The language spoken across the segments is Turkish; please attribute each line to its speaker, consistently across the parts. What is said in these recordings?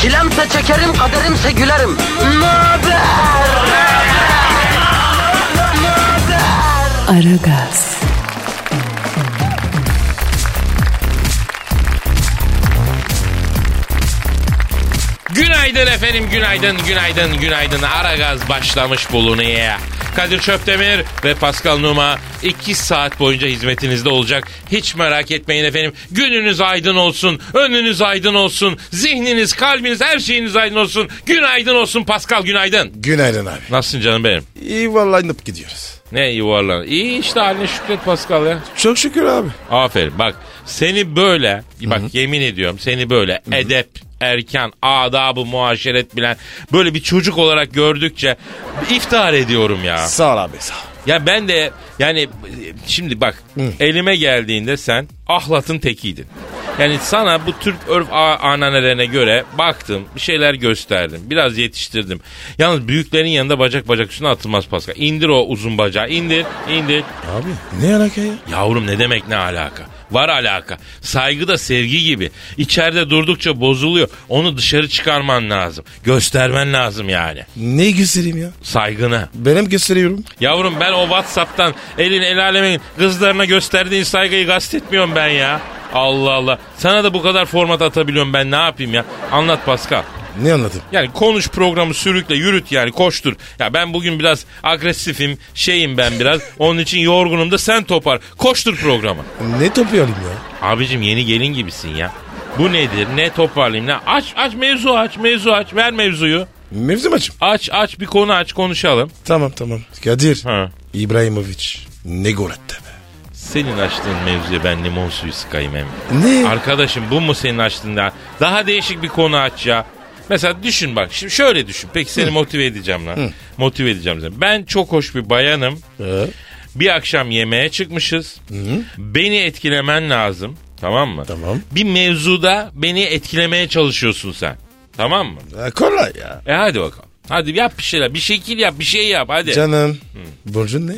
Speaker 1: Çilemse çekerim, kaderimse gülerim. Möber!
Speaker 2: Aragaz,
Speaker 3: Günaydın efendim, günaydın, günaydın, günaydın. Ara gaz başlamış bulunuyor. Kadir Çöptemir ve Pascal Numa 2 saat boyunca hizmetinizde olacak. Hiç merak etmeyin efendim. Gününüz aydın olsun, önünüz aydın olsun, zihniniz, kalbiniz, her şeyiniz aydın olsun. Günaydın olsun Pascal, günaydın.
Speaker 4: Günaydın abi.
Speaker 3: Nasılsın canım benim?
Speaker 4: İyi vallahi inip gidiyoruz.
Speaker 3: Ne yuvarlan. İyi işte haline şükret Pascal ya.
Speaker 4: Çok şükür abi.
Speaker 3: Aferin bak seni böyle bak yemin ediyorum seni böyle edep erken adabı muaşeret bilen böyle bir çocuk olarak gördükçe iftihar ediyorum ya.
Speaker 4: Sağ ol abi sağ ol.
Speaker 3: Ya ben de yani şimdi bak elime geldiğinde sen ahlatın tekiydin. Yani sana bu Türk örf a- ananelerine göre baktım, bir şeyler gösterdim, biraz yetiştirdim. Yalnız büyüklerin yanında bacak bacak üstüne atılmaz Pascal. İndir o uzun bacağı, indir, indir.
Speaker 4: Abi ne alaka ya?
Speaker 3: Yavrum ne demek ne alaka? Var alaka. Saygı da sevgi gibi. İçeride durdukça bozuluyor. Onu dışarı çıkarman lazım. Göstermen lazım yani.
Speaker 4: Ne göstereyim ya?
Speaker 3: Saygını.
Speaker 4: Benim gösteriyorum.
Speaker 3: Yavrum ben o Whatsapp'tan elin el alemin kızlarına gösterdiğin saygıyı kastetmiyorum ben ya. Allah Allah. Sana da bu kadar format atabiliyorum ben ne yapayım ya? Anlat Pascal.
Speaker 4: Ne anladım?
Speaker 3: Yani konuş programı sürükle yürüt yani koştur. Ya ben bugün biraz agresifim şeyim ben biraz. Onun için yorgunum da sen topar. Koştur programı.
Speaker 4: Ne toplayalım ya?
Speaker 3: Abicim yeni gelin gibisin ya. Bu nedir? Ne toparlayayım? Ne? Aç aç mevzu aç mevzu aç. Ver mevzuyu.
Speaker 4: Mevzu maçım.
Speaker 3: Aç aç bir konu aç konuşalım.
Speaker 4: Tamam tamam. Kadir.
Speaker 3: Ha.
Speaker 4: İbrahimovic. Ne gol attı be?
Speaker 3: Senin açtığın mevzuya ben limon suyu sıkayım hem.
Speaker 4: Ne?
Speaker 3: Arkadaşım bu mu senin açtığın daha? Daha değişik bir konu aç ya. Mesela düşün bak şimdi şöyle düşün. Peki seni motive edeceğim lan. Motive edeceğim seni. Ben çok hoş bir bayanım.
Speaker 4: Ee?
Speaker 3: Bir akşam yemeğe çıkmışız. Beni etkilemen lazım. Tamam mı?
Speaker 4: Tamam.
Speaker 3: Bir mevzuda beni etkilemeye çalışıyorsun sen. Tamam mı?
Speaker 4: Ha, kolay ya.
Speaker 3: E hadi bakalım. Hadi yap bir şeyler. Bir şekil yap, bir şey yap hadi.
Speaker 4: Canım. Burcun ne?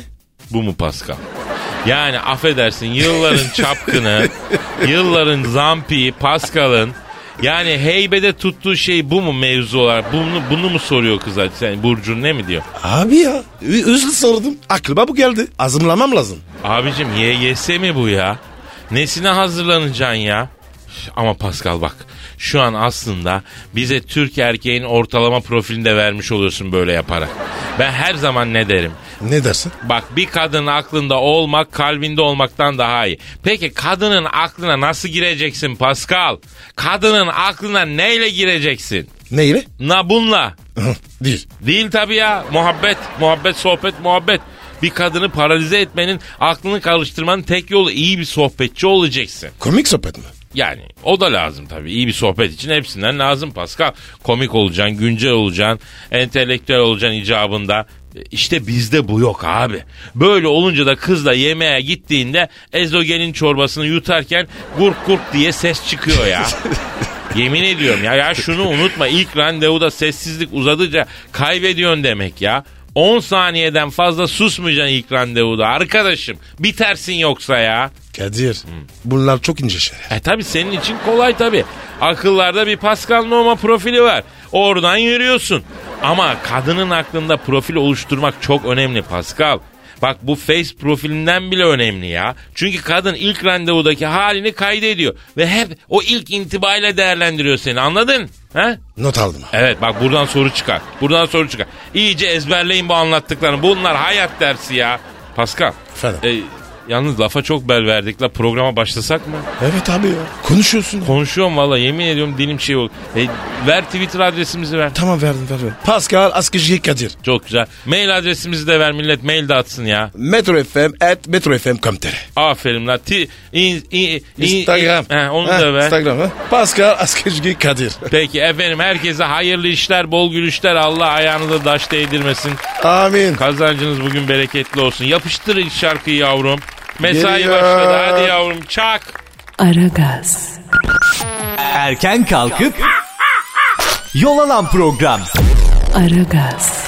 Speaker 3: Bu mu Pascal? Yani affedersin yılların çapkını, yılların zampiyi, Pascal'ın yani heybede tuttuğu şey bu mu mevzu olarak? Bunu, bunu mu soruyor kız hadi sen Burcun ne mi diyor?
Speaker 4: Abi ya. ü- Üzül sordum. Aklıma bu geldi. Azımlamam lazım.
Speaker 3: Abicim YGS mi bu ya? Nesine hazırlanacaksın ya? Ama Pascal bak şu an aslında bize Türk erkeğin ortalama profilini de vermiş oluyorsun böyle yaparak. Ben her zaman ne derim?
Speaker 4: Ne dersin?
Speaker 3: Bak bir kadının aklında olmak kalbinde olmaktan daha iyi. Peki kadının aklına nasıl gireceksin Pascal? Kadının aklına neyle gireceksin?
Speaker 4: Neyle?
Speaker 3: Na bununla.
Speaker 4: Değil.
Speaker 3: Değil tabii ya. Muhabbet, muhabbet, sohbet, muhabbet. Bir kadını paralize etmenin, aklını karıştırmanın tek yolu iyi bir sohbetçi olacaksın.
Speaker 4: Komik sohbet mi?
Speaker 3: Yani o da lazım tabii. İyi bir sohbet için hepsinden lazım Pascal. Komik olacaksın, güncel olacaksın, entelektüel olacaksın icabında. E, İşte bizde bu yok abi. Böyle olunca da kızla yemeğe gittiğinde ezogelin çorbasını yutarken gurk gurk diye ses çıkıyor ya. Yemin ediyorum ya, ya şunu unutma ilk randevuda sessizlik uzadıca kaybediyorsun demek ya. 10 saniyeden fazla susmayacaksın ilk randevuda arkadaşım. Bitersin yoksa ya.
Speaker 4: Kadir. Bunlar çok ince şeyler.
Speaker 3: E tabi senin için kolay tabi. Akıllarda bir Pascal Noma profili var. Oradan yürüyorsun. Ama kadının aklında profil oluşturmak çok önemli Pascal. Bak bu face profilinden bile önemli ya. Çünkü kadın ilk randevudaki halini kaydediyor. Ve hep o ilk intibayla değerlendiriyor seni anladın? He?
Speaker 4: Not aldım. abi.
Speaker 3: Evet bak buradan soru çıkar. Buradan soru çıkar. İyice ezberleyin bu anlattıklarını. Bunlar hayat dersi ya. Pascal.
Speaker 4: Efendim?
Speaker 3: e, Yalnız lafa çok bel verdik la programa başlasak mı?
Speaker 4: Evet abi ya. Konuşuyorsun.
Speaker 3: Konuşuyorum valla yemin ediyorum dilim şey oldu. E, ver Twitter adresimizi ver.
Speaker 4: tamam verdim verdim. Pascal Askışgi Kadir.
Speaker 3: Çok güzel. Mail adresimizi de ver millet mail de atsın ya.
Speaker 4: Metro FM at Metro FM Kamter.
Speaker 3: Aferin la. Ti, in- in- in-
Speaker 4: Instagram.
Speaker 3: He, onu
Speaker 4: Ha,
Speaker 3: da ver.
Speaker 4: Instagram ha. Pascal Askışgi Kadir.
Speaker 3: Peki efendim herkese hayırlı işler, bol gülüşler. Allah ayağınıza daş değdirmesin.
Speaker 4: Amin.
Speaker 3: Kazancınız bugün bereketli olsun. Yapıştır ilk şarkıyı yavrum. Mesai
Speaker 4: Geliyor.
Speaker 3: başladı. Hadi yavrum çak.
Speaker 2: Aragaz,
Speaker 5: Erken kalkıp yol alan program.
Speaker 2: Aragaz,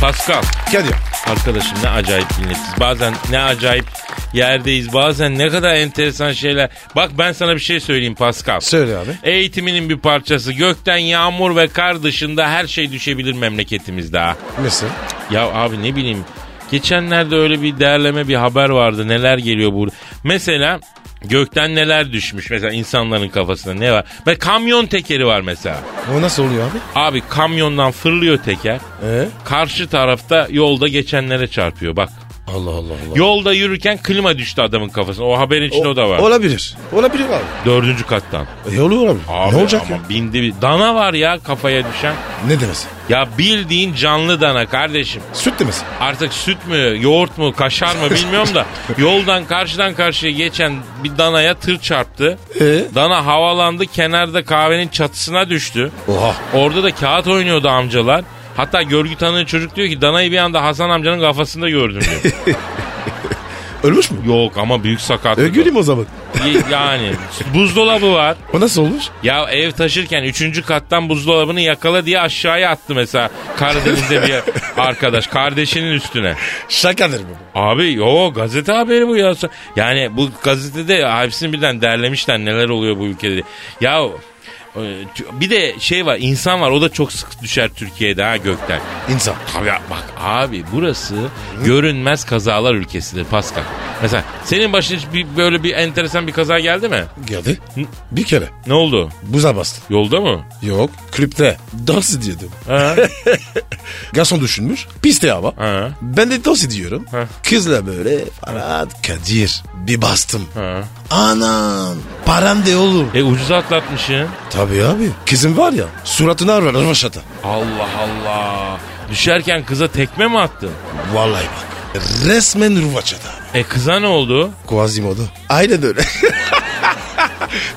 Speaker 3: Pascal
Speaker 4: Kadir.
Speaker 3: arkadaşım ne acayip dinletiz. Bazen ne acayip yerdeyiz. Bazen ne kadar enteresan şeyler. Bak ben sana bir şey söyleyeyim Pascal.
Speaker 4: Söyle abi.
Speaker 3: Eğitiminin bir parçası. Gökten yağmur ve kar dışında her şey düşebilir memleketimizde ha.
Speaker 4: Nasıl?
Speaker 3: Ya abi ne bileyim. Geçenlerde öyle bir derleme bir haber vardı. Neler geliyor burada. Mesela gökten neler düşmüş. Mesela insanların kafasında ne var? Ve kamyon tekeri var mesela.
Speaker 4: O nasıl oluyor abi?
Speaker 3: Abi kamyondan fırlıyor teker.
Speaker 4: Ee?
Speaker 3: Karşı tarafta yolda geçenlere çarpıyor bak.
Speaker 4: Allah Allah Allah.
Speaker 3: Yolda yürürken klima düştü adamın kafasına. O haberin içinde o, da var.
Speaker 4: Olabilir. Olabilir abi.
Speaker 3: Dördüncü kattan.
Speaker 4: E oluyor abi.
Speaker 3: Abi
Speaker 4: ne olacak
Speaker 3: ama
Speaker 4: ya?
Speaker 3: bindi bir- Dana var ya kafaya düşen.
Speaker 4: Ne demesi?
Speaker 3: Ya bildiğin canlı dana kardeşim.
Speaker 4: Süt demesi.
Speaker 3: Artık süt mü, yoğurt mu, kaşar mı bilmiyorum da yoldan karşıdan karşıya geçen bir danaya tır çarptı.
Speaker 4: Ee?
Speaker 3: Dana havalandı kenarda kahvenin çatısına düştü.
Speaker 4: Oha.
Speaker 3: Orada da kağıt oynuyordu amcalar. Hatta görgü tanığı çocuk diyor ki danayı bir anda Hasan amcanın kafasında gördüm diyor.
Speaker 4: Ölmüş mü?
Speaker 3: Yok ama büyük
Speaker 4: E,
Speaker 3: sakatlık.
Speaker 4: güleyim o zaman.
Speaker 3: Y- yani buzdolabı var.
Speaker 4: O nasıl olmuş?
Speaker 3: Ya ev taşırken üçüncü kattan buzdolabını yakala diye aşağıya attı mesela. Karadeniz'de bir arkadaş kardeşinin üstüne.
Speaker 4: Şakadır bu.
Speaker 3: Abi yo gazete haberi bu ya. Yani bu gazetede hepsini birden derlemişler neler oluyor bu ülkede. Ya e, t- bir de şey var insan var o da çok sık düşer Türkiye'de ha gökten.
Speaker 4: İnsan.
Speaker 3: Tabii ya, bak abi burası görünmez kazalar ülkesidir Pascal. Mesela senin başına hiç bir, böyle bir enteresan bir kaza geldi mi?
Speaker 4: Geldi. Bir kere.
Speaker 3: Ne oldu?
Speaker 4: Buza bastı.
Speaker 3: Yolda mı?
Speaker 4: Yok. Klipte. Dans ediyordum.
Speaker 3: Ha?
Speaker 4: Garson düşünmüş. Piste ama.
Speaker 3: Ha.
Speaker 4: Ben de dans ediyorum.
Speaker 3: Ha.
Speaker 4: Kızla böyle Farad Kadir. Bir bastım.
Speaker 3: ha.
Speaker 4: Anam. Param de oğlum.
Speaker 3: E ucuza atlatmışsın.
Speaker 4: Tabii abi. Kızım var ya. Suratına var rövaşata.
Speaker 3: Allah Allah. Düşerken kıza tekme mi attın?
Speaker 4: Vallahi bak. Resmen rövaşata abi.
Speaker 3: E kıza ne oldu?
Speaker 4: Quasimodo. Aynen öyle.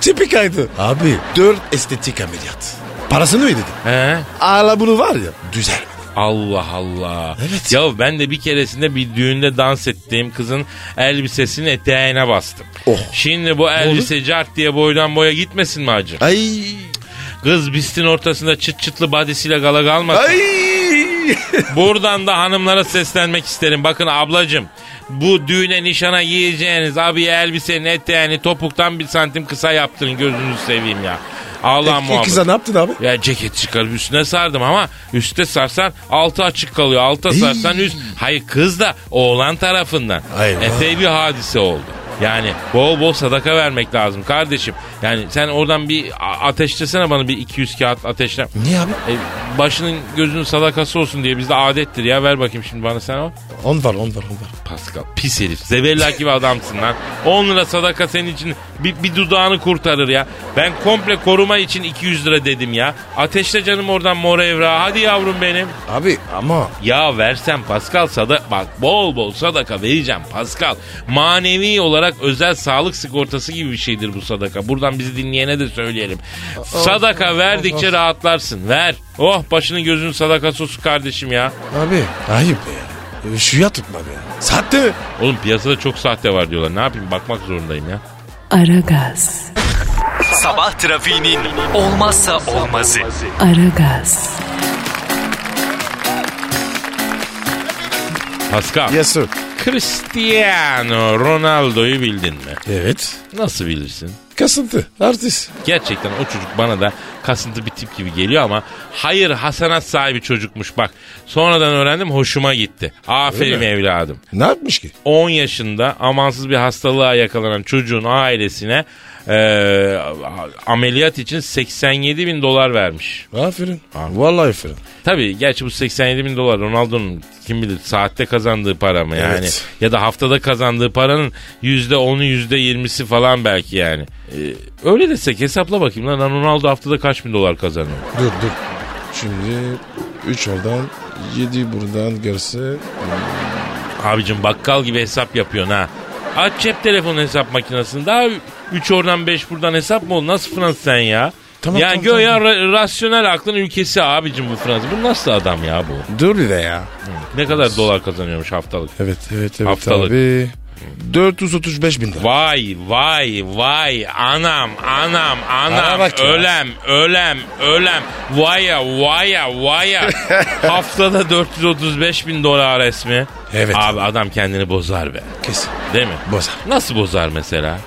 Speaker 4: Tipik aydı. Abi. Dört estetik ameliyat. Parasını mı ödedin?
Speaker 3: He?
Speaker 4: Ağla bunu var ya. Düzel.
Speaker 3: Allah Allah.
Speaker 4: Evet.
Speaker 3: Ya ben de bir keresinde bir düğünde dans ettiğim kızın elbisesinin eteğine bastım.
Speaker 4: Oh.
Speaker 3: Şimdi bu elbise cart diye boydan boya gitmesin mi acı?
Speaker 4: Ay.
Speaker 3: Kız bistin ortasında çıt çıtlı badisiyle gala kalmasın.
Speaker 4: Ay.
Speaker 3: Buradan da hanımlara seslenmek isterim. Bakın ablacım bu düğüne nişana giyeceğiniz abi elbisenin eteğini topuktan bir santim kısa yaptırın gözünüzü seveyim ya. Allah
Speaker 4: E,
Speaker 3: muhafaza.
Speaker 4: Kıza ne yaptın abi?
Speaker 3: Ya ceket çıkarıp üstüne sardım ama üstte sarsan altı açık kalıyor. Alta sarsan üst. Hayır kız da oğlan tarafından.
Speaker 4: Eyvah.
Speaker 3: Epey bir hadise oldu. Yani bol bol sadaka vermek lazım kardeşim. Yani sen oradan bir a- ateşlesene bana bir 200 kağıt ateşle.
Speaker 4: Niye abi?
Speaker 3: E, başının gözünün sadakası olsun diye bizde adettir ya ver bakayım şimdi bana sen o.
Speaker 4: On var on var on var.
Speaker 3: Pascal pis herif zebellak gibi adamsın lan. 10 lira sadaka senin için bir, bir dudağını kurtarır ya. Ben komple koruma için 200 lira dedim ya. Ateşle canım oradan mor evra hadi yavrum benim.
Speaker 4: Abi ama
Speaker 3: Ya versen Pascal sada bak bol bol sadaka vereceğim Pascal. Manevi olarak özel sağlık sigortası gibi bir şeydir bu sadaka. Buradan bizi dinleyene de söyleyelim. Sadaka verdikçe rahatlarsın. Ver. Oh başının gözünün sadakası olsun kardeşim ya.
Speaker 4: abi ayıp be ya. E, Şuya tutma be ya. Sahte.
Speaker 3: Oğlum piyasada çok sahte var diyorlar. Ne yapayım bakmak zorundayım ya.
Speaker 2: Aragaz,
Speaker 5: Sabah trafiğinin olmazsa olmazı.
Speaker 2: Aragaz,
Speaker 3: Pascal.
Speaker 4: Yes sir.
Speaker 3: Cristiano Ronaldo'yu bildin mi?
Speaker 4: Evet.
Speaker 3: Nasıl bilirsin?
Speaker 4: Kasıntı. Artist.
Speaker 3: Gerçekten o çocuk bana da kasıntı bir tip gibi geliyor ama hayır hasanat sahibi çocukmuş bak. Sonradan öğrendim hoşuma gitti. Aferin
Speaker 4: Öyle mi?
Speaker 3: evladım.
Speaker 4: Ne yapmış ki?
Speaker 3: 10 yaşında amansız bir hastalığa yakalanan çocuğun ailesine e, ameliyat için 87 bin dolar vermiş.
Speaker 4: Aferin. Ha, vallahi aferin.
Speaker 3: Tabii gerçi bu 87 bin dolar Ronaldo'nun kim bilir saatte kazandığı para mı yani?
Speaker 4: Evet.
Speaker 3: Ya da haftada kazandığı paranın %10'u %20'si falan belki yani. E, öyle desek hesapla bakayım lan Ronaldo haftada kaç bin dolar kazanıyor?
Speaker 4: Dur dur. Şimdi 3 oradan 7 buradan gelse
Speaker 3: Abicim bakkal gibi hesap yapıyorsun ha. Aç cep telefonu hesap makinesini. Daha 3 oradan 5 buradan hesap mı olur? Nasıl Fransız sen ya?
Speaker 4: Tamam,
Speaker 3: ya
Speaker 4: tamam,
Speaker 3: göya
Speaker 4: tamam.
Speaker 3: ra- rasyonel aklın ülkesi abicim bu Fransız. Bu nasıl adam ya bu?
Speaker 4: dur bir de ya.
Speaker 3: Ne kadar dolar kazanıyormuş haftalık?
Speaker 4: Evet evet evet
Speaker 3: Haftalık.
Speaker 4: abi. 435 bin lira.
Speaker 3: Vay vay vay anam anam
Speaker 4: Bana
Speaker 3: anam
Speaker 4: bak ya.
Speaker 3: ölem ölem ölem vaya vaya vaya haftada 435 bin dolar resmi.
Speaker 4: Evet.
Speaker 3: Abi adam kendini bozar be
Speaker 4: Kesin.
Speaker 3: değil mi?
Speaker 4: Bozar.
Speaker 3: Nasıl bozar mesela?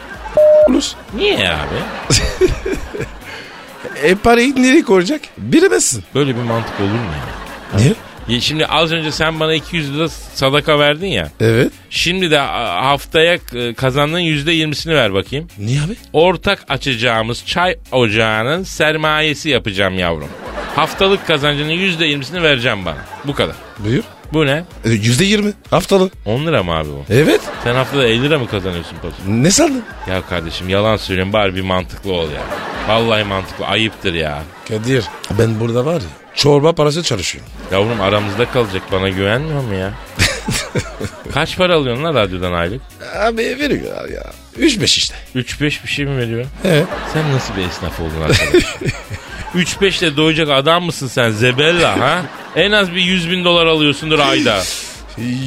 Speaker 4: Olur.
Speaker 3: Niye abi?
Speaker 4: E parayı nereye koyacak? Bilemezsin.
Speaker 3: Böyle bir mantık olur mu ya?
Speaker 4: Niye?
Speaker 3: Ya şimdi az önce sen bana 200 lira sadaka verdin ya.
Speaker 4: Evet.
Speaker 3: Şimdi de a, haftaya e, kazandığın %20'sini ver bakayım.
Speaker 4: Niye abi?
Speaker 3: Ortak açacağımız çay ocağının sermayesi yapacağım yavrum. Haftalık kazancının %20'sini vereceğim bana. Bu kadar.
Speaker 4: Buyur.
Speaker 3: Bu ne?
Speaker 4: E, Yüzde yirmi. Haftalı.
Speaker 3: 10 lira mı abi bu?
Speaker 4: Evet.
Speaker 3: Sen haftada 50 lira mı kazanıyorsun paso?
Speaker 4: Ne sandın?
Speaker 3: Ya kardeşim yalan söylüyorum bari bir mantıklı ol ya. Vallahi mantıklı ayıptır ya.
Speaker 4: Kadir. Ben burada var ya. Çorba parası çalışıyorum.
Speaker 3: Yavrum aramızda kalacak bana güvenmiyor mu ya? Kaç para alıyorsun lan radyodan aylık?
Speaker 4: Abi veriyorlar ya. Üç beş işte.
Speaker 3: 3-5 bir şey mi veriyor?
Speaker 4: He.
Speaker 3: Sen nasıl bir esnaf oldun arkadaş? 3-5 ile doyacak adam mısın sen Zebella ha? En az bir 100 bin dolar alıyorsundur ayda.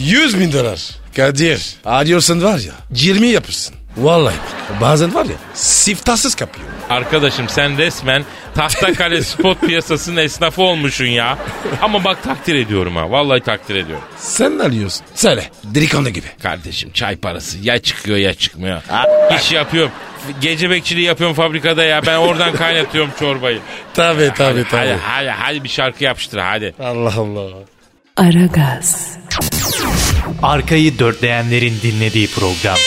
Speaker 4: Yüz bin dolar. Kadir. Arıyorsan var ya. Yirmi yapırsın. Vallahi bak. Bazen var ya. Siftahsız kapıyor.
Speaker 3: Arkadaşım sen resmen Tahtakale spot piyasasının esnafı olmuşsun ya. Ama bak takdir ediyorum ha. Vallahi takdir ediyorum.
Speaker 4: Sen ne alıyorsun? Söyle. Delikanlı gibi.
Speaker 3: Kardeşim çay parası ya çıkıyor ya çıkmıyor. İş yapıyorum. Gece bekçiliği yapıyorum fabrikada ya. Ben oradan kaynatıyorum çorbayı.
Speaker 4: Tabii tabii
Speaker 3: Hadi
Speaker 4: tabii.
Speaker 3: hadi hadi bir şarkı yapıştır hadi.
Speaker 4: Allah Allah.
Speaker 2: Aragaz,
Speaker 5: Arkayı dörtleyenlerin dinlediği program.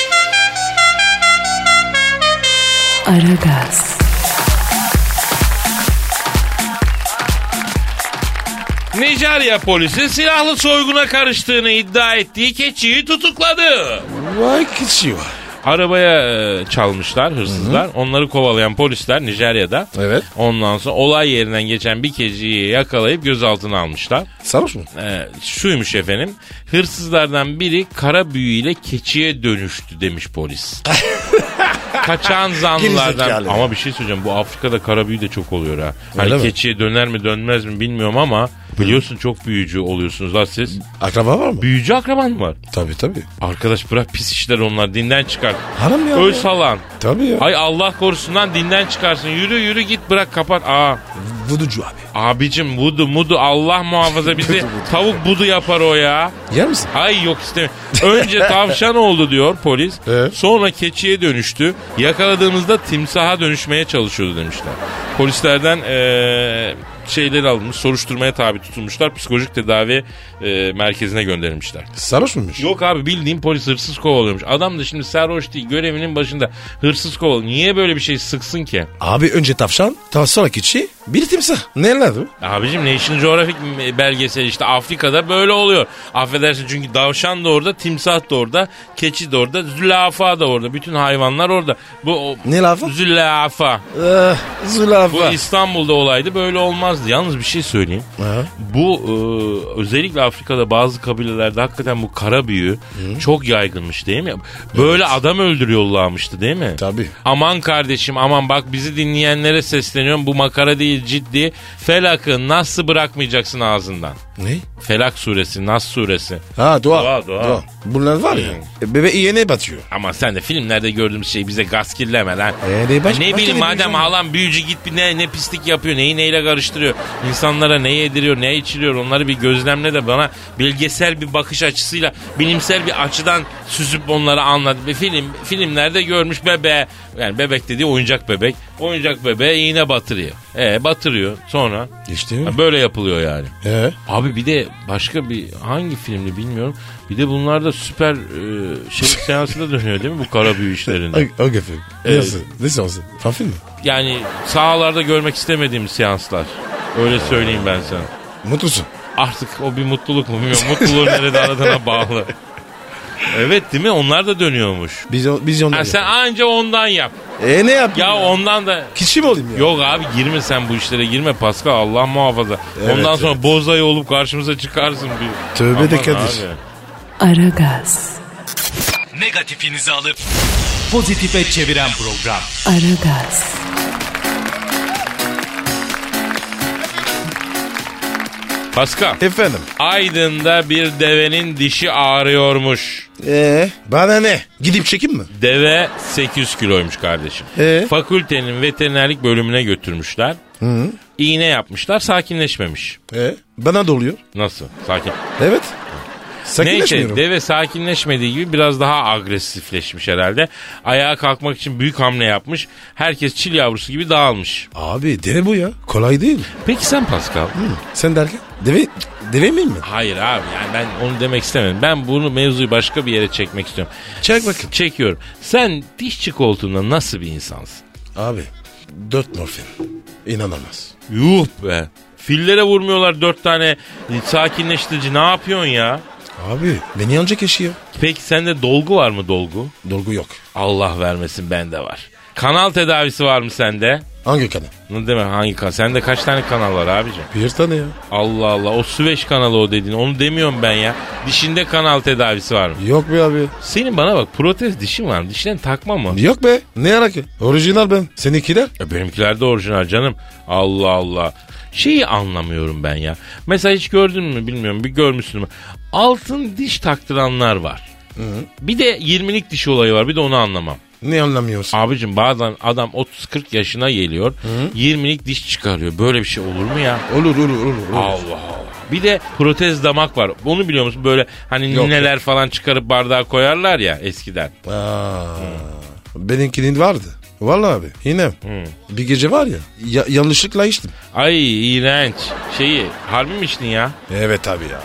Speaker 2: Aragaz,
Speaker 3: Nijerya polisi silahlı soyguna karıştığını iddia ettiği keçiyi tutukladı.
Speaker 4: Vay kişi var.
Speaker 3: Arabaya e, çalmışlar hırsızlar. Onları kovalayan polisler Nijerya'da.
Speaker 4: Evet.
Speaker 3: Ondan sonra olay yerinden geçen bir keçiyi yakalayıp gözaltına almışlar.
Speaker 4: Sarhoş mu?
Speaker 3: E, şuymuş efendim. Hırsızlardan biri kara büyüyle keçiye dönüştü demiş polis. Kaçan zanlılardan.
Speaker 4: Gerizekalı.
Speaker 3: Ama bir şey söyleyeceğim. Bu Afrika'da kara büyü de çok oluyor ha. Hani
Speaker 4: Öyle mi?
Speaker 3: keçiye döner mi dönmez mi bilmiyorum ama biliyorsun çok büyücü oluyorsunuz lan siz.
Speaker 4: Akraba var mı?
Speaker 3: Büyücü akraban var.
Speaker 4: Tabii tabii.
Speaker 3: Arkadaş bırak pis işler onlar dinden çıkar.
Speaker 4: Haram ya.
Speaker 3: Öl salan.
Speaker 4: Tabii ya.
Speaker 3: Ay Allah korusun lan dinden çıkarsın. Yürü yürü git bırak kapat. Aa
Speaker 4: Vuducu abi.
Speaker 3: abicim budu mudu Allah muhafaza bizi tavuk budu yapar o ya.
Speaker 4: Yer misin?
Speaker 3: Ay yok istemiyorum. Önce tavşan oldu diyor polis.
Speaker 4: Evet.
Speaker 3: Sonra keçiye dönüştü. Yakaladığımızda timsaha dönüşmeye çalışıyordu demişler. Polislerden eee şeyleri alınmış. Soruşturmaya tabi tutulmuşlar. Psikolojik tedavi eee, merkezine gönderilmişler.
Speaker 4: Sarhoş muymuş?
Speaker 3: Yok abi bildiğin polis hırsız kovalıyormuş. Adam da şimdi sarhoş değil görevinin başında hırsız kovalıyor. Niye böyle bir şey sıksın ki?
Speaker 4: Abi önce tavşan, ta sonra keçi, bir timsah. Ne lan bu?
Speaker 3: Abicim National Geographic belgeseli işte Afrika'da böyle oluyor. Affedersin çünkü davşan da orada, timsah da orada, keçi de orada, zülafa da orada. Bütün hayvanlar orada. Bu o-
Speaker 4: Ne lafı?
Speaker 3: Zülafa.
Speaker 4: Eh,
Speaker 3: Bu
Speaker 4: zülafa.
Speaker 3: İstanbul'da olaydı böyle olmazdı. Yalnız bir şey söyleyeyim.
Speaker 4: Ha.
Speaker 3: Bu e, özellikle Afrika'da bazı kabilelerde hakikaten bu kara büyü çok yaygınmış değil mi? Böyle adam öldürüyorlarmıştı değil mi?
Speaker 4: Tabii.
Speaker 3: Aman kardeşim aman bak bizi dinleyenlere sesleniyorum bu makara değil ciddi. Felakı nasıl bırakmayacaksın ağzından?
Speaker 4: Ne?
Speaker 3: Felak suresi, Nas suresi.
Speaker 4: Ha dua.
Speaker 3: Dua, dua. Hmm.
Speaker 4: Bunlar var ya. E, Bebe iğne batıyor.
Speaker 3: Ama sen de filmlerde gördüğümüz şey bize gaskilleme lan.
Speaker 4: E, ne baş-
Speaker 3: ne
Speaker 4: başka şey?
Speaker 3: bileyim
Speaker 4: ne
Speaker 3: madem
Speaker 4: diyeceğim?
Speaker 3: halam büyücü git bir ne, ne pislik yapıyor neyi neyle karıştırıyor. İnsanlara ne yediriyor ne içiriyor onları bir gözlemle de bana bilgesel bir bakış açısıyla bilimsel bir açıdan süzüp onları anlat. Bir film filmlerde görmüş bebe yani bebek dediği oyuncak bebek. Oyuncak bebeğe iğne Ee, batırıyor. E batırıyor sonra.
Speaker 4: İşte.
Speaker 3: Ha, Böyle yapılıyor yani.
Speaker 4: E,
Speaker 3: Abi Abi bir de başka bir hangi filmdi bilmiyorum. Bir de bunlarda süper e, şey seansında dönüyor değil mi bu kara büyü işlerinde?
Speaker 4: Hangi film? Nasıl? Ne sansı? Fan film mi?
Speaker 3: Yani sahalarda görmek istemediğim seanslar. Öyle söyleyeyim ben sana.
Speaker 4: Mutlusun.
Speaker 3: Artık o bir mutluluk mu bilmiyorum. Mutluluğu nerede aradığına bağlı. Evet değil mi? Onlar da dönüyormuş.
Speaker 4: Biz, o- biz ondan
Speaker 3: Ha, sen
Speaker 4: yapalım.
Speaker 3: anca ondan yap.
Speaker 4: E ne yap?
Speaker 3: Ya ondan da
Speaker 4: Kişi mi olayım ya?
Speaker 3: Yok abi girme sen bu işlere girme Pascal Allah muhafaza.
Speaker 4: Evet,
Speaker 3: Ondan sonra bozayı olup karşımıza çıkarsın bir.
Speaker 4: Tövbe de
Speaker 3: Aman
Speaker 4: Kadir.
Speaker 3: abi.
Speaker 2: Aragaz,
Speaker 5: Negatifinizi alıp pozitife çeviren program.
Speaker 2: Aragaz,
Speaker 3: Pascal
Speaker 4: Efendim?
Speaker 3: Aydın'da bir devenin dişi ağrıyormuş.
Speaker 4: Ee? Bana ne? Gidip çekim mi?
Speaker 3: Deve 800 kiloymuş kardeşim.
Speaker 4: Ee?
Speaker 3: Fakültenin veterinerlik bölümüne götürmüşler. İğne yapmışlar sakinleşmemiş.
Speaker 4: Ee? Bana da oluyor.
Speaker 3: Nasıl? Sakin.
Speaker 4: Evet.
Speaker 3: Neyse
Speaker 4: Sakinleşmiyorum.
Speaker 3: deve sakinleşmediği gibi biraz daha agresifleşmiş herhalde. Ayağa kalkmak için büyük hamle yapmış. Herkes çil yavrusu gibi dağılmış.
Speaker 4: Abi deve bu ya. Kolay değil.
Speaker 3: Peki sen Pascal?
Speaker 4: Sen derken? Deve, deve miyim ben?
Speaker 3: Hayır abi yani ben onu demek istemedim. Ben bunu mevzuyu başka bir yere çekmek istiyorum.
Speaker 4: Çek bakayım.
Speaker 3: Çekiyorum. Sen dişçi koltuğunda nasıl bir insansın?
Speaker 4: Abi. Dört morfin. İnanamaz.
Speaker 3: Yuh be. Fillere vurmuyorlar dört tane sakinleştirici. Ne yapıyorsun ya?
Speaker 4: Abi beni yanacak eşi ya.
Speaker 3: Peki sende dolgu var mı dolgu?
Speaker 4: Dolgu yok.
Speaker 3: Allah vermesin bende var. Kanal tedavisi var mı sende?
Speaker 4: Hangi kanal?
Speaker 3: Ne demek hangi kanal? Sende kaç tane kanal var abicim?
Speaker 4: Bir tane ya.
Speaker 3: Allah Allah o Süveyş kanalı o dediğin onu demiyorum ben ya. Dişinde kanal tedavisi var mı?
Speaker 4: Yok be abi.
Speaker 3: Senin bana bak protez dişin var mı? Dişlerini takma mı?
Speaker 4: Yok be. Ne yarak ki? Orijinal ben. Seninkiler?
Speaker 3: E benimkiler de orijinal canım. Allah Allah. Şeyi anlamıyorum ben ya. Mesela hiç gördün mü bilmiyorum bir görmüşsün mü? Altın diş taktıranlar var. Bir de 20'lik diş olayı var bir de onu anlamam.
Speaker 4: Ne anlamıyorsun?
Speaker 3: Abicim bazen adam 30-40 yaşına geliyor 20'lik diş çıkarıyor. Böyle bir şey olur mu ya?
Speaker 4: Olur olur olur. olur.
Speaker 3: Allah Allah. Bir de protez damak var. Onu biliyor musun? Böyle hani
Speaker 4: Yok,
Speaker 3: neler falan çıkarıp bardağa koyarlar ya eskiden.
Speaker 4: Aa, Benimkinin vardı. Vallahi abi yine bir gece var ya, ya- yanlışlıkla içtim.
Speaker 3: Ay iğrenç. Şeyi harbi mi içtin ya?
Speaker 4: Evet abi ya.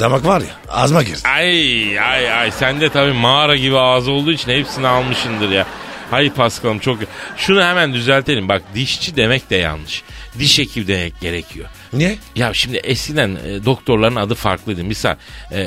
Speaker 4: Damak var ya ağzıma girdi.
Speaker 3: Ay ay ay sen de tabii mağara gibi ağzı olduğu için hepsini almışındır ya. Hay Paskal'ım çok... Şunu hemen düzeltelim. Bak dişçi demek de yanlış. Diş hekimi demek gerekiyor.
Speaker 4: Niye?
Speaker 3: Ya şimdi eskiden e, doktorların adı farklıydı. Misal e,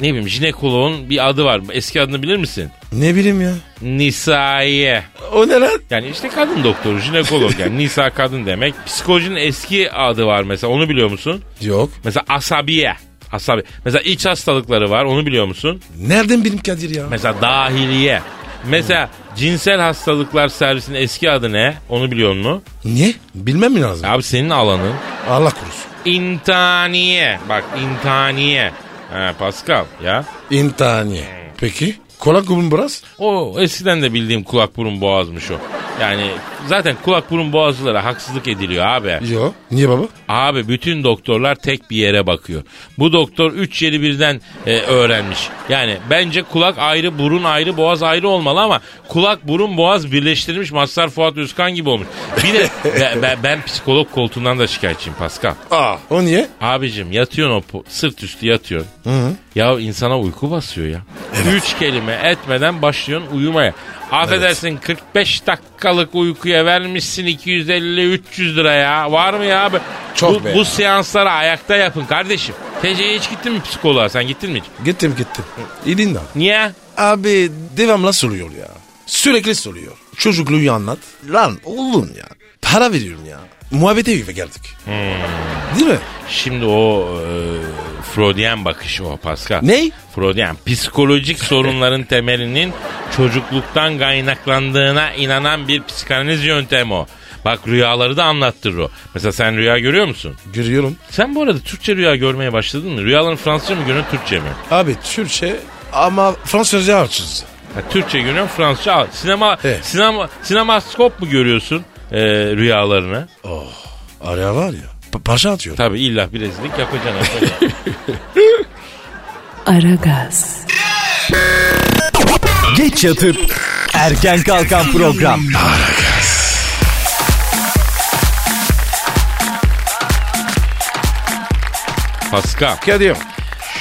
Speaker 3: ne bileyim jinekoloğun bir adı var. Eski adını bilir misin?
Speaker 4: Ne bileyim ya.
Speaker 3: Nisaiye.
Speaker 4: O ne lan?
Speaker 3: Yani işte kadın doktoru, jinekolog yani Nisa kadın demek. Psikolojinin eski adı var mesela onu biliyor musun?
Speaker 4: Yok.
Speaker 3: Mesela asabiye. Asabi. Mesela iç hastalıkları var onu biliyor musun?
Speaker 4: Nereden bileyim Kadir ya?
Speaker 3: Mesela dahiliye. Mesela cinsel hastalıklar servisinin eski adı ne? Onu biliyor musun?
Speaker 4: Niye? Bilmem mi lazım?
Speaker 3: Abi senin alanın.
Speaker 4: Allah korusun.
Speaker 3: İntaniye. Bak intaniye. Ha, Pascal ya.
Speaker 4: İntihaniye. Peki? Kolak kubun biraz?
Speaker 3: O eskiden de bildiğim kulak burun boğazmış o. Yani zaten kulak burun boğazlara haksızlık ediliyor abi.
Speaker 4: Yok. Niye baba?
Speaker 3: Abi bütün doktorlar tek bir yere bakıyor. Bu doktor üç yeri birden e, öğrenmiş. Yani bence kulak ayrı, burun ayrı, boğaz ayrı olmalı ama kulak, burun, boğaz birleştirilmiş Mazhar Fuat Özkan gibi olmuş. Bir de ben, ben, ben psikolog koltuğundan da şikayetçiyim Pascal.
Speaker 4: Aa. O niye?
Speaker 3: Abicim yatıyorsun o po- sırt üstü yatıyorsun. Ya insana uyku basıyor ya. Üç kelime etmeden başlıyorsun uyumaya. Affedersin 45 dakikalık uykuya vermişsin 250-300 lira ya. Var mı ya abi?
Speaker 4: Çok
Speaker 3: bu,
Speaker 4: be.
Speaker 3: bu seansları ayakta yapın kardeşim. TC'ye hiç gittin mi psikoloğa sen gittin mi hiç?
Speaker 4: Gittim gittim. İyi dinle.
Speaker 3: Niye?
Speaker 4: Abi devamlı soruyor ya. Sürekli soruyor. Çocukluğu anlat. Lan oğlum ya. Para veriyorum ya. Muhabbete gibi geldik. Değil mi?
Speaker 3: Şimdi o e, Freudian bakışı o Pascal.
Speaker 4: Ney?
Speaker 3: Freudian psikolojik sorunların temelinin çocukluktan kaynaklandığına inanan bir psikanaliz yöntemi o. Bak rüyaları da anlattırır o. Mesela sen rüya görüyor musun?
Speaker 4: Görüyorum.
Speaker 3: Sen bu arada Türkçe rüya görmeye başladın mı? Rüyaların Fransızca mı görüyorsun Türkçe mi?
Speaker 4: Abi Türkçe ama Fransızca açız.
Speaker 3: Ha, Türkçe görüyorsun Fransızca. al. Sinema,
Speaker 4: Evet.
Speaker 3: sinema, sinemaskop mu görüyorsun e, rüyalarını?
Speaker 4: Araya var ya. Pa- paşa atıyor.
Speaker 3: Tabii illa bir rezillik yapacaksın. yapacaksın.
Speaker 2: Aragaz,
Speaker 5: Geç yatıp erken kalkan program.
Speaker 3: Pascal
Speaker 4: Kadir.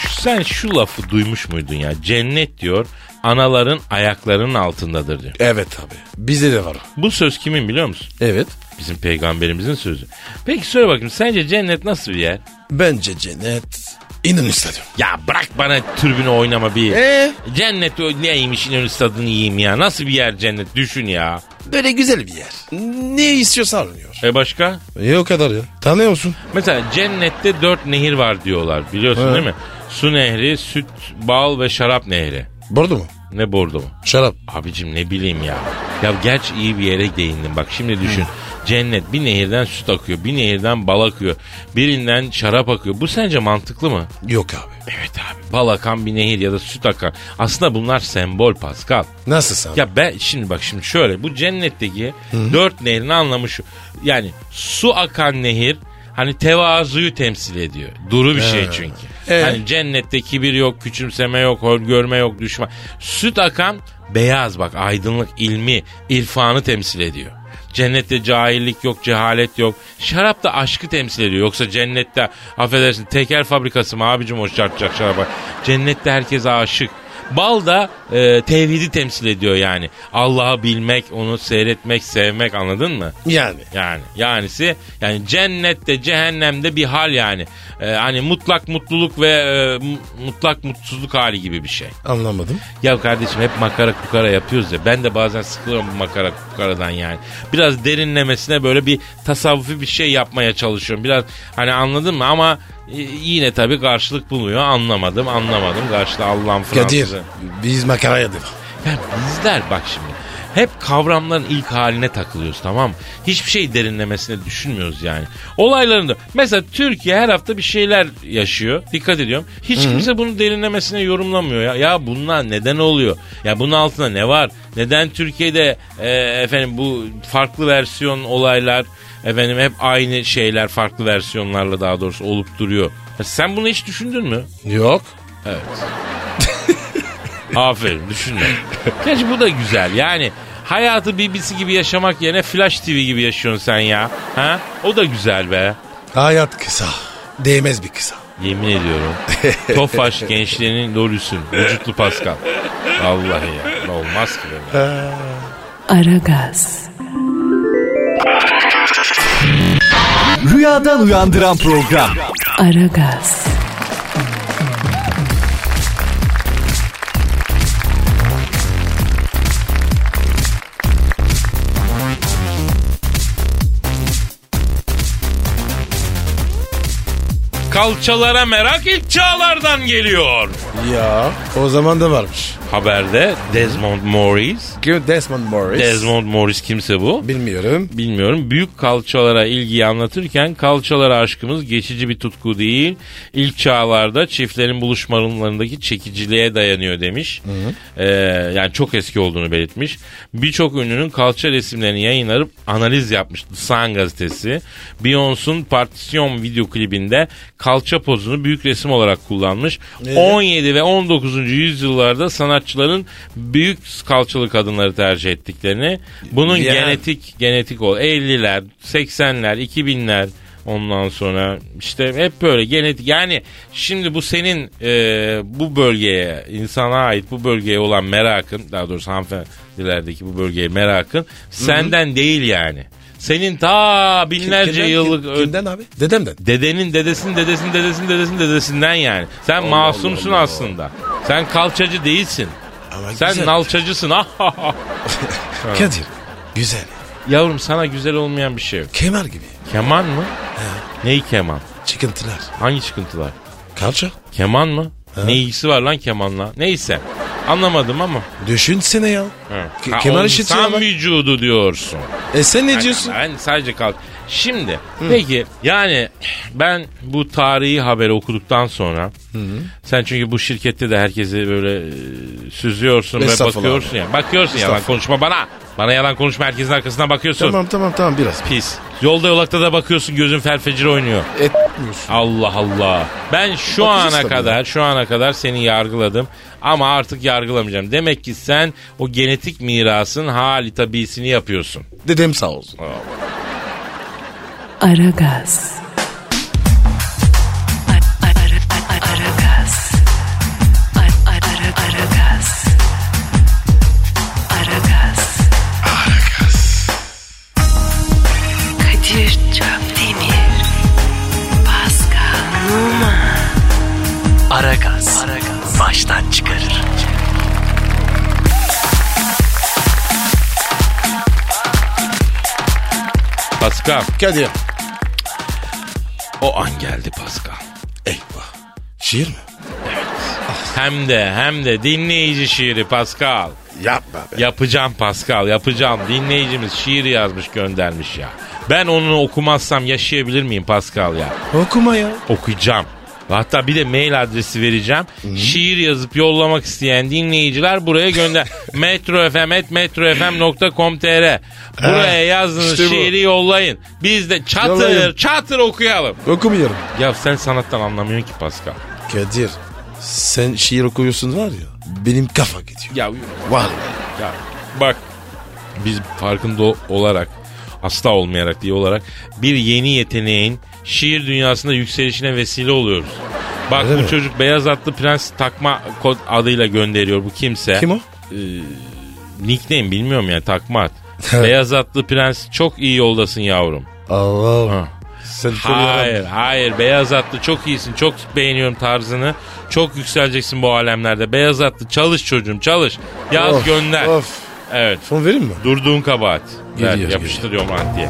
Speaker 3: sen şu lafı duymuş muydun ya? Cennet diyor anaların ayaklarının altındadır diyor.
Speaker 4: Evet abi. Bizde de var.
Speaker 3: Bu söz kimin biliyor musun?
Speaker 4: Evet.
Speaker 3: Bizim peygamberimizin sözü. Peki söyle bakayım sence cennet nasıl bir yer?
Speaker 4: Bence cennet. İnönü stadyum.
Speaker 3: Ya bırak bana türbünü oynama bir.
Speaker 4: Ee?
Speaker 3: Cennet o neymiş İnönü Stadı'nı yiyeyim ya. Nasıl bir yer cennet düşün ya.
Speaker 4: Böyle güzel bir yer. Ne istiyorsa alınıyor.
Speaker 3: E başka?
Speaker 4: E o kadar ya. Tanıyorsun.
Speaker 3: Mesela cennette dört nehir var diyorlar biliyorsun
Speaker 4: Evet.
Speaker 3: değil mi? Su nehri, süt, bal ve şarap nehri.
Speaker 4: Bordo mu?
Speaker 3: Ne bordo mu?
Speaker 4: Şarap.
Speaker 3: Abicim ne bileyim ya. Ya gerçi iyi bir yere değindin bak şimdi düşün. Cennet bir nehirden süt akıyor, bir nehirden bal akıyor, birinden şarap akıyor. Bu sence mantıklı mı?
Speaker 4: Yok abi.
Speaker 3: Evet abi. Bal akan bir nehir ya da süt akan. Aslında bunlar sembol Pascal.
Speaker 4: Nasıl sen?
Speaker 3: Ya ben şimdi bak şimdi şöyle bu cennetteki dört nehrin anlamı şu. Yani su akan nehir hani tevazuyu temsil ediyor. Duru bir şey çünkü.
Speaker 4: Ee?
Speaker 3: Hani cennette kibir yok, küçümseme yok, hor görme yok, düşman. Süt akan beyaz bak aydınlık, ilmi, irfanı temsil ediyor. Cennette cahillik yok, cehalet yok. Şarap da aşkı temsil ediyor. Yoksa cennette affedersin teker fabrikası mı abicim o çarpacak şaraba. Cennette herkes aşık. Bal da e, tevhidi temsil ediyor yani. Allah'ı bilmek, onu seyretmek, sevmek anladın mı?
Speaker 4: Yani.
Speaker 3: Yani yanisi yani cennette cehennemde bir hal yani. E, hani mutlak mutluluk ve e, mu- mutlak mutsuzluk hali gibi bir şey.
Speaker 4: Anlamadım.
Speaker 3: Ya kardeşim hep makara kukara yapıyoruz ya. Ben de bazen sıkılıyorum bu makara kukaradan yani. Biraz derinlemesine böyle bir tasavvufi bir şey yapmaya çalışıyorum. Biraz hani anladın mı ama e, yine tabii karşılık buluyor. Anlamadım anlamadım. Karşılığı Allah'ın
Speaker 4: Kadir.
Speaker 3: Fransızı.
Speaker 4: Biz makaraya devam.
Speaker 3: Ya bizler bak şimdi hep kavramların ilk haline takılıyoruz tamam mı? Hiçbir şey derinlemesine düşünmüyoruz yani. Olaylarında mesela Türkiye her hafta bir şeyler yaşıyor. Dikkat ediyorum. Hiç kimse bunu derinlemesine yorumlamıyor ya. Ya bunlar neden oluyor? Ya bunun altında ne var? Neden Türkiye'de e, efendim bu farklı versiyon olaylar efendim hep aynı şeyler farklı versiyonlarla daha doğrusu olup duruyor. Ya sen bunu hiç düşündün mü?
Speaker 4: Yok.
Speaker 3: Evet. Aferin düşünüyorum. Gerçi bu da güzel yani. Hayatı BBC gibi yaşamak yerine Flash TV gibi yaşıyorsun sen ya. Ha? O da güzel be.
Speaker 4: Hayat kısa. Değmez bir kısa.
Speaker 3: Yemin ediyorum. Tofaş gençliğinin Loris'ün. Vücutlu Pascal. Vallahi ya. Olmaz ki böyle.
Speaker 2: Aragaz,
Speaker 5: Rüyadan uyandıran program.
Speaker 2: Aragaz,
Speaker 3: Kalçalara merak ilk çağlardan geliyor.
Speaker 4: Ya. O zaman da varmış.
Speaker 3: Haberde Desmond Morris.
Speaker 4: Kim? Desmond Morris.
Speaker 3: Desmond Morris kimse bu?
Speaker 4: Bilmiyorum.
Speaker 3: bilmiyorum. Büyük kalçalara ilgiyi anlatırken kalçalara aşkımız geçici bir tutku değil. İlk çağlarda çiftlerin buluşmalarındaki çekiciliğe dayanıyor demiş. Ee, yani çok eski olduğunu belirtmiş. Birçok ünlünün kalça resimlerini yayınlarıp analiz yapmış The Sun gazetesi. Beyoncé'un Partition video klibinde kalça pozunu büyük resim olarak kullanmış. 17 ve 19. yüzyıllarda sanatçıların büyük kalçalı kadınları tercih ettiklerini, bunun
Speaker 4: Yani.
Speaker 3: genetik genetik genetik ol. 50'ler, 80'ler, 2000'ler ondan sonra işte hep böyle genetik. Yani şimdi bu senin e, bu bölgeye, insana ait bu bölgeye olan merakın, daha doğrusu hanımefendilerdeki bu bölgeye merakın senden değil yani. Senin ta binlerce
Speaker 4: Kimden-
Speaker 3: yıllık
Speaker 4: kim-
Speaker 3: ö-
Speaker 4: Kimden abi? Dedemden.
Speaker 3: dedenin dedesinin dedesinin dedesinin dedesinin dedesinden yani. Sen masumsun aslında. Sen kalçacı değilsin.
Speaker 4: Ama
Speaker 3: Sen
Speaker 4: güzel.
Speaker 3: nalçacısın. Ah!
Speaker 4: Kadir. Güzel.
Speaker 3: Yavrum sana güzel olmayan bir şey yok.
Speaker 4: Kemer gibi.
Speaker 3: Keman mı? Neyi keman?
Speaker 4: Çıkıntılar.
Speaker 3: Hangi çıkıntılar?
Speaker 4: Kalça.
Speaker 3: Keman mı? Ne ilgisi var lan kemanla? Neyse. Anlamadım ama.
Speaker 4: Düşünsene ya. Ke-
Speaker 3: Ha,
Speaker 4: kemer
Speaker 3: o
Speaker 4: işitiyor
Speaker 3: insan
Speaker 4: ama.
Speaker 3: vücudu diyorsun.
Speaker 4: E sen ne diyorsun?
Speaker 3: Ben sadece kalk. Şimdi peki yani ben bu tarihi haberi okuduktan sonra sen çünkü bu şirkette de herkesi böyle e, süzüyorsun ve
Speaker 4: Estağfurullah
Speaker 3: bakıyorsun ya. Bakıyorsun yalan
Speaker 4: Estağfurullah.
Speaker 3: konuşma bana. Bana yalan konuşma herkesin arkasına bakıyorsun.
Speaker 4: Tamam tamam tamam biraz.
Speaker 3: Pis. Yolda yolakta da bakıyorsun gözün felfecir oynuyor.
Speaker 4: Etmiyorsun.
Speaker 3: Allah Allah. Ben şu
Speaker 4: Bakacağız
Speaker 3: ana
Speaker 4: tabii.
Speaker 3: kadar şu ana kadar seni yargıladım ama artık yargılamayacağım. Demek ki sen o genetik mirasın hali tabisini yapıyorsun.
Speaker 4: Dedem sağ olsun.
Speaker 2: Aragaz. Ara-
Speaker 3: Pascal.
Speaker 4: Kadir.
Speaker 3: O an geldi Pascal.
Speaker 4: Eyvah. Şiir mi?
Speaker 3: Hem de hem de dinleyici şiiri Pascal.
Speaker 4: Yapma be.
Speaker 3: Yapacağım Pascal yapacağım. Dinleyicimiz şiir yazmış göndermiş ya. Ben onu okumazsam yaşayabilir miyim Pascal ya?
Speaker 4: Okuma ya.
Speaker 3: okuyacağım. Hatta bir de mail adresi vereceğim. Şiir yazıp yollamak isteyen dinleyiciler buraya gönder. metrofm.metrofm.com.tr Buraya yazdığınız
Speaker 4: işte bu.
Speaker 3: şiiri yollayın. Biz de çatır
Speaker 4: Yollayın.
Speaker 3: çatır okuyalım.
Speaker 4: Okumuyorum.
Speaker 3: Ya sen sanattan anlamıyorsun ki Pascal.
Speaker 4: Kadir. Sen şiir okuyorsun var ya. Benim kafa gidiyor.
Speaker 3: Ya,
Speaker 4: Vallahi.
Speaker 3: ya bak biz farkında o- olarak asla olmayarak diye olarak bir yeni yeteneğin şiir dünyasında yükselişine vesile oluyoruz. Bak
Speaker 4: Öyle
Speaker 3: bu
Speaker 4: mi?
Speaker 3: çocuk Beyaz Atlı Prens takma kod adıyla gönderiyor bu kimse.
Speaker 4: Kim o?
Speaker 3: Nickname bilmiyorum ya takma at. Beyaz atlı prens çok iyi yoldasın yavrum.
Speaker 4: Allah. Sen
Speaker 3: Hayır hayır beyaz atlı çok iyisin çok beğeniyorum tarzını. Çok yükseleceksin bu alemlerde. Beyaz atlı çalış çocuğum çalış. Yaz
Speaker 4: Of,
Speaker 3: gönder.
Speaker 4: of.
Speaker 3: Evet
Speaker 4: Fon vereyim mi?
Speaker 3: durduğun kabahat. Ver,
Speaker 4: Geliyor,
Speaker 3: yapıştırıyorum maddiye.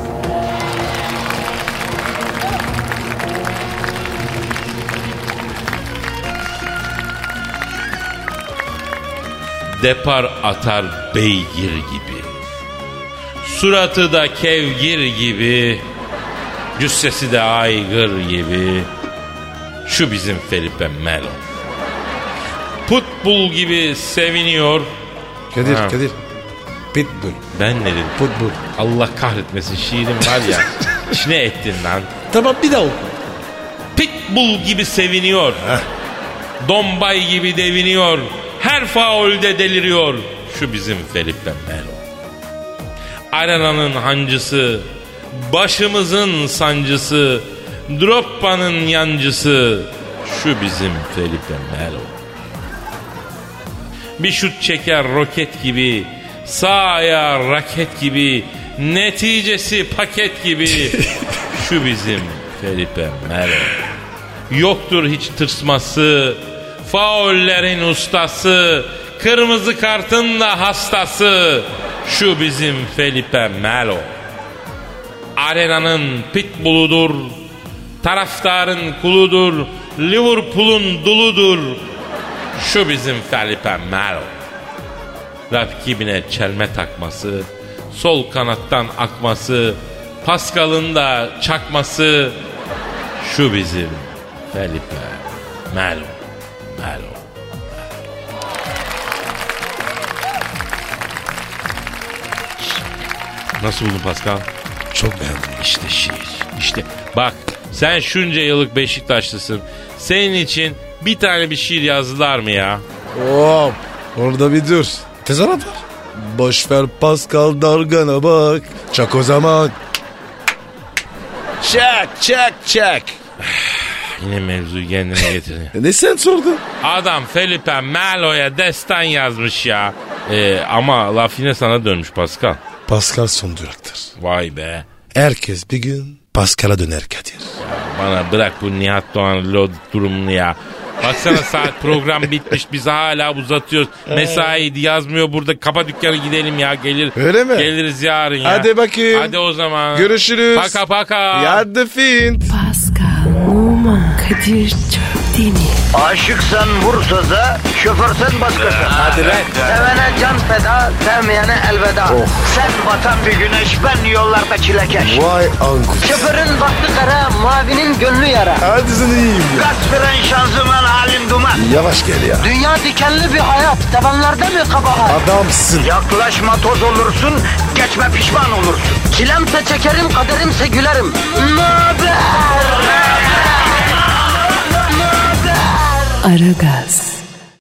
Speaker 3: Depar atar beygir gibi. Suratı da kevgir gibi. Cüssesi de aygır gibi. Şu bizim Felipe Melo. Putbul gibi seviniyor.
Speaker 4: Kadir,
Speaker 3: Ha.
Speaker 4: Kadir. Pitbull.
Speaker 3: Ben ne dedim?
Speaker 4: Pitbull.
Speaker 3: Allah kahretmesin şiirim var ya. içine ettin lan.
Speaker 4: Tamam bir daha oku.
Speaker 3: Pitbull gibi seviniyor. Dombay gibi deviniyor. Her faulde deliriyor. Şu bizim Felipe Melo. Arena'nın hancısı. Başımızın sancısı. Droppa'nın yancısı. Şu bizim Felipe Melo. Bir şut çeker roket gibi. Sağ ayağı raket gibi. Neticesi paket gibi. Şu bizim Felipe Melo. Yoktur hiç tırsması. Faullerin ustası. Kırmızı kartın da hastası. Şu bizim Felipe Melo. Arena'nın pitbulludur. Taraftarın kuludur. Liverpool'un duludur. Şu bizim Felipe Melo. Rakibine çelme takması, sol kanattan akması, Pascal'ın da çakması. Şu bizim Felipe Melo. Melo. Nasıl buldun Pascal?
Speaker 4: Çok beğendim.
Speaker 3: İşte şiir. İşte bak sen şunca yıllık Beşiktaşlısın. Senin için bir tane bir şiir yazdılar mı ya?
Speaker 4: Hop. Orada bir dur. Tezahürat var. Boşver Pascal Dargan'a bak. Çak o zaman. Çak çak çak.
Speaker 3: Yine mevzuyu kendine getirdi.
Speaker 4: E Ne sen sordun?
Speaker 3: Adam Felipe Melo'ya destan yazmış ya. Ee, ama laf yine sana dönmüş Pascal.
Speaker 4: Pascal son duraktır.
Speaker 3: Vay be.
Speaker 4: Herkes bir gün Pascal'a döner Kadir.
Speaker 3: Bana bırak bu Nihat Doğan Lod durumunu ya. Baksana saat program bitmiş biz hala uzatıyoruz.
Speaker 4: Ee.
Speaker 3: Mesai yazmıyor burada kapa dükkanı gidelim ya gelir.
Speaker 4: Öyle mi?
Speaker 3: Geliriz yarın ya.
Speaker 4: Hadi bakayım.
Speaker 3: Hadi o zaman.
Speaker 4: Görüşürüz.
Speaker 3: Paka paka.
Speaker 4: Yardım fint.
Speaker 2: Pascal, Oman, Kadir çok değil mi?
Speaker 1: Aşıksan vursa da, şoförsen başkasın. Hadi
Speaker 4: lan.
Speaker 1: Sevene can feda, sevmeyene elveda.
Speaker 4: Oh.
Speaker 1: Sen batan bir güneş, ben yollarda çilekeş.
Speaker 4: Vay anku.
Speaker 1: Şoförün baktı kara, mavinin gönlü yara.
Speaker 4: Hadi sen iyiyim ya.
Speaker 1: Kasperen şanzıman halin duman.
Speaker 4: Yavaş gel ya.
Speaker 1: Dünya dikenli bir hayat, sevenlerde mi kabahar?
Speaker 4: Adamsın.
Speaker 1: Yaklaşma toz olursun, geçme pişman olursun. Çilemse çekerim, kaderimse gülerim. Möber!
Speaker 2: Aragaz.